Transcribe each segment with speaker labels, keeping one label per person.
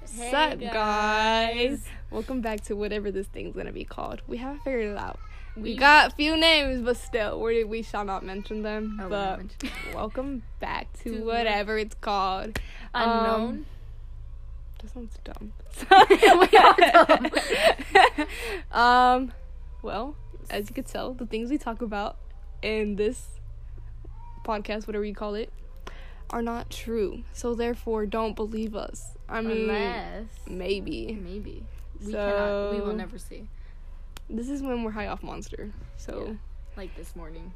Speaker 1: What's up, guys? Welcome back to whatever this thing's gonna be called. We haven't figured it out. We,
Speaker 2: We-
Speaker 1: got a few names, but still, we we shall not mention them.
Speaker 2: Oh, we're
Speaker 1: but
Speaker 2: not mentioning-
Speaker 1: welcome back to,
Speaker 2: To
Speaker 1: whatever it's called. Um,
Speaker 2: Unknown.
Speaker 1: that sounds dumb.
Speaker 2: We are dumb.
Speaker 1: um, well, as you could tell, the things we talk about in this podcast, whatever you call it, are not true. So therefore, don't believe us. I mean,
Speaker 2: Unless
Speaker 1: maybe.
Speaker 2: maybe we cannot. We
Speaker 1: So-
Speaker 2: will never see.
Speaker 1: This is when we're high off monster. So
Speaker 2: Like this morning.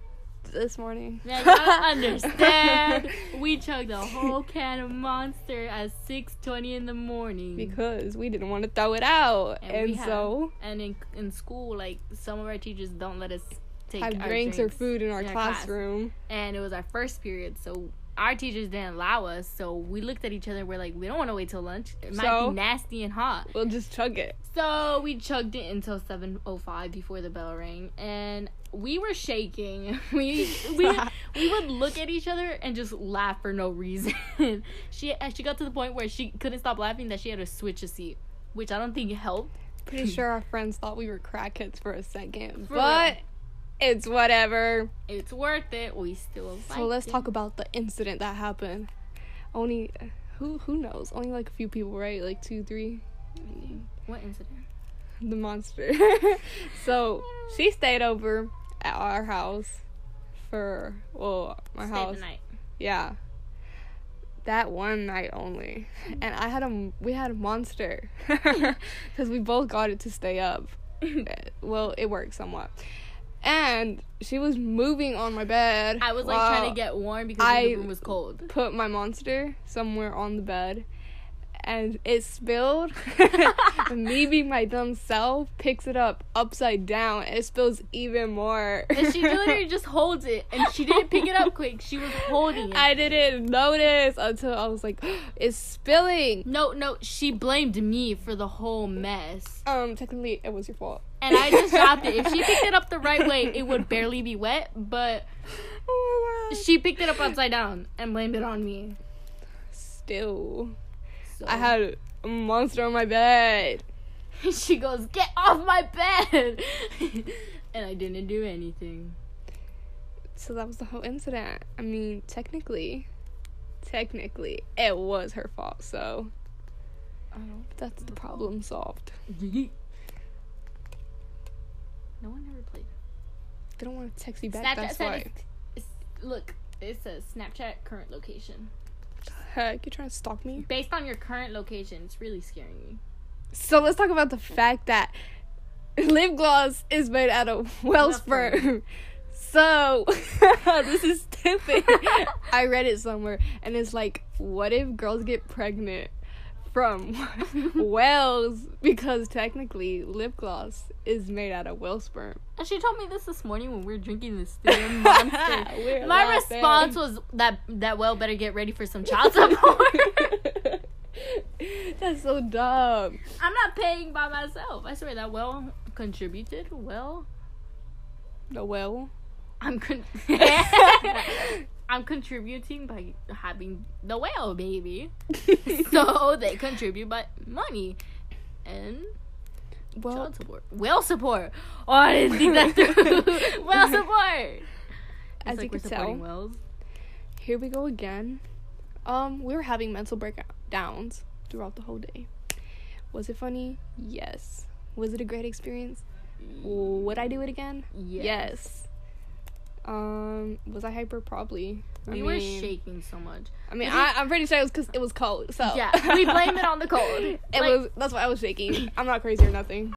Speaker 1: this morning.
Speaker 2: Yeah, you gotta understand. We chugged a whole can of Monster at 6:20 in the morning.
Speaker 1: because we didn't want to throw it out,
Speaker 2: And
Speaker 1: Mm. and,
Speaker 2: we have
Speaker 1: so
Speaker 2: and in in school, like some of our teachers don't let us take
Speaker 1: have
Speaker 2: our
Speaker 1: drinks, or food in our
Speaker 2: in our class.
Speaker 1: classroom.
Speaker 2: and it was our first period, so our teachers didn't allow us. So we looked at each other. We're like, we don't want to wait till lunch. It might
Speaker 1: So?
Speaker 2: be nasty and hot.
Speaker 1: We'll just chug it.
Speaker 2: So we chugged it until 7:05 before the bell rang, and we were shaking. We we we would look at each other and just laugh for no reason. she and she got to the point where she couldn't stop laughing that she had to switch a seat, which I don't think helped.
Speaker 1: Pretty sure our friends thought we were crackheads for a second,
Speaker 2: For
Speaker 1: but
Speaker 2: real.
Speaker 1: it's whatever.
Speaker 2: It's worth it. We still.
Speaker 1: So
Speaker 2: liked
Speaker 1: let's
Speaker 2: it.
Speaker 1: talk about the incident that happened. Only who who knows? Only like a few people, right? Like two, three.
Speaker 2: What incident?
Speaker 1: The monster. so she stayed over at our house for well, my
Speaker 2: Stayed
Speaker 1: house.
Speaker 2: the night.
Speaker 1: Yeah. That one night only. And I had a we had a monster cuz we both got it to stay up. Uh, well, it worked somewhat. And she was moving on my bed.
Speaker 2: I was like
Speaker 1: while
Speaker 2: trying to get warm because
Speaker 1: I-
Speaker 2: the room was cold.
Speaker 1: put my monster somewhere on the bed and it spilled. Me being my dumb self picks it up upside down. It spills even more.
Speaker 2: And she literally just holds it, and she didn't pick it up quick. She was holding it.
Speaker 1: I didn't notice until I was like, it's spilling.
Speaker 2: No, no, she blamed me for the whole mess.
Speaker 1: Um, technically, it was your fault.
Speaker 2: And I just dropped it. If she picked it up the right way, it would barely be wet, but
Speaker 1: Oh my God.
Speaker 2: she picked it up upside down and blamed it on me.
Speaker 1: Still,
Speaker 2: So
Speaker 1: I had a monster on my bed.
Speaker 2: she goes, "Get off my bed." and I didn't do anything.
Speaker 1: So that was the whole incident. I mean, technically, technically, it was her fault. So that's the problem solved.
Speaker 2: No one ever played.
Speaker 1: They don't want to text you back.
Speaker 2: Snapchat
Speaker 1: that's
Speaker 2: said
Speaker 1: why.
Speaker 2: it's- it's- look, it says Snapchat current location.
Speaker 1: Heck, you trying to stalk me?
Speaker 2: Based on your current location, it's really scaring me.
Speaker 1: So let's talk about the fact that lip gloss is made out of whale
Speaker 2: Whale sperm.
Speaker 1: sperm. So this is stupid. I read it somewhere and it's like, what if girls get pregnant from whales? Because technically, lip gloss is made out of whale sperm.
Speaker 2: And she told me this this morning when we were drinking this damn monster.
Speaker 1: We're
Speaker 2: My
Speaker 1: laughing.
Speaker 2: response was that that well better get ready for some child support.
Speaker 1: That's so dumb.
Speaker 2: I'm not paying by myself. I swear that well contributed. Well,
Speaker 1: The whale.
Speaker 2: I'm con- I'm contributing by having the whale baby. So they contribute by money and
Speaker 1: well,
Speaker 2: child support. Whale support. Oh, I didn't think that through. whale support. It's
Speaker 1: As you
Speaker 2: we're
Speaker 1: can
Speaker 2: supporting
Speaker 1: tell.
Speaker 2: whales.
Speaker 1: here we go again. Um, we were having mental breakdowns throughout the whole day. Was it funny? Yes. Was it a great experience? Would I do it again?
Speaker 2: Yes.
Speaker 1: Um, was I hyper? Probably. I
Speaker 2: We were
Speaker 1: mean-
Speaker 2: shaking so much.
Speaker 1: I mean, I, I'm pretty sure it was because it was cold. So
Speaker 2: Yeah, we blame it on the cold.
Speaker 1: It was. That's why I was shaking. I'm not crazy or nothing.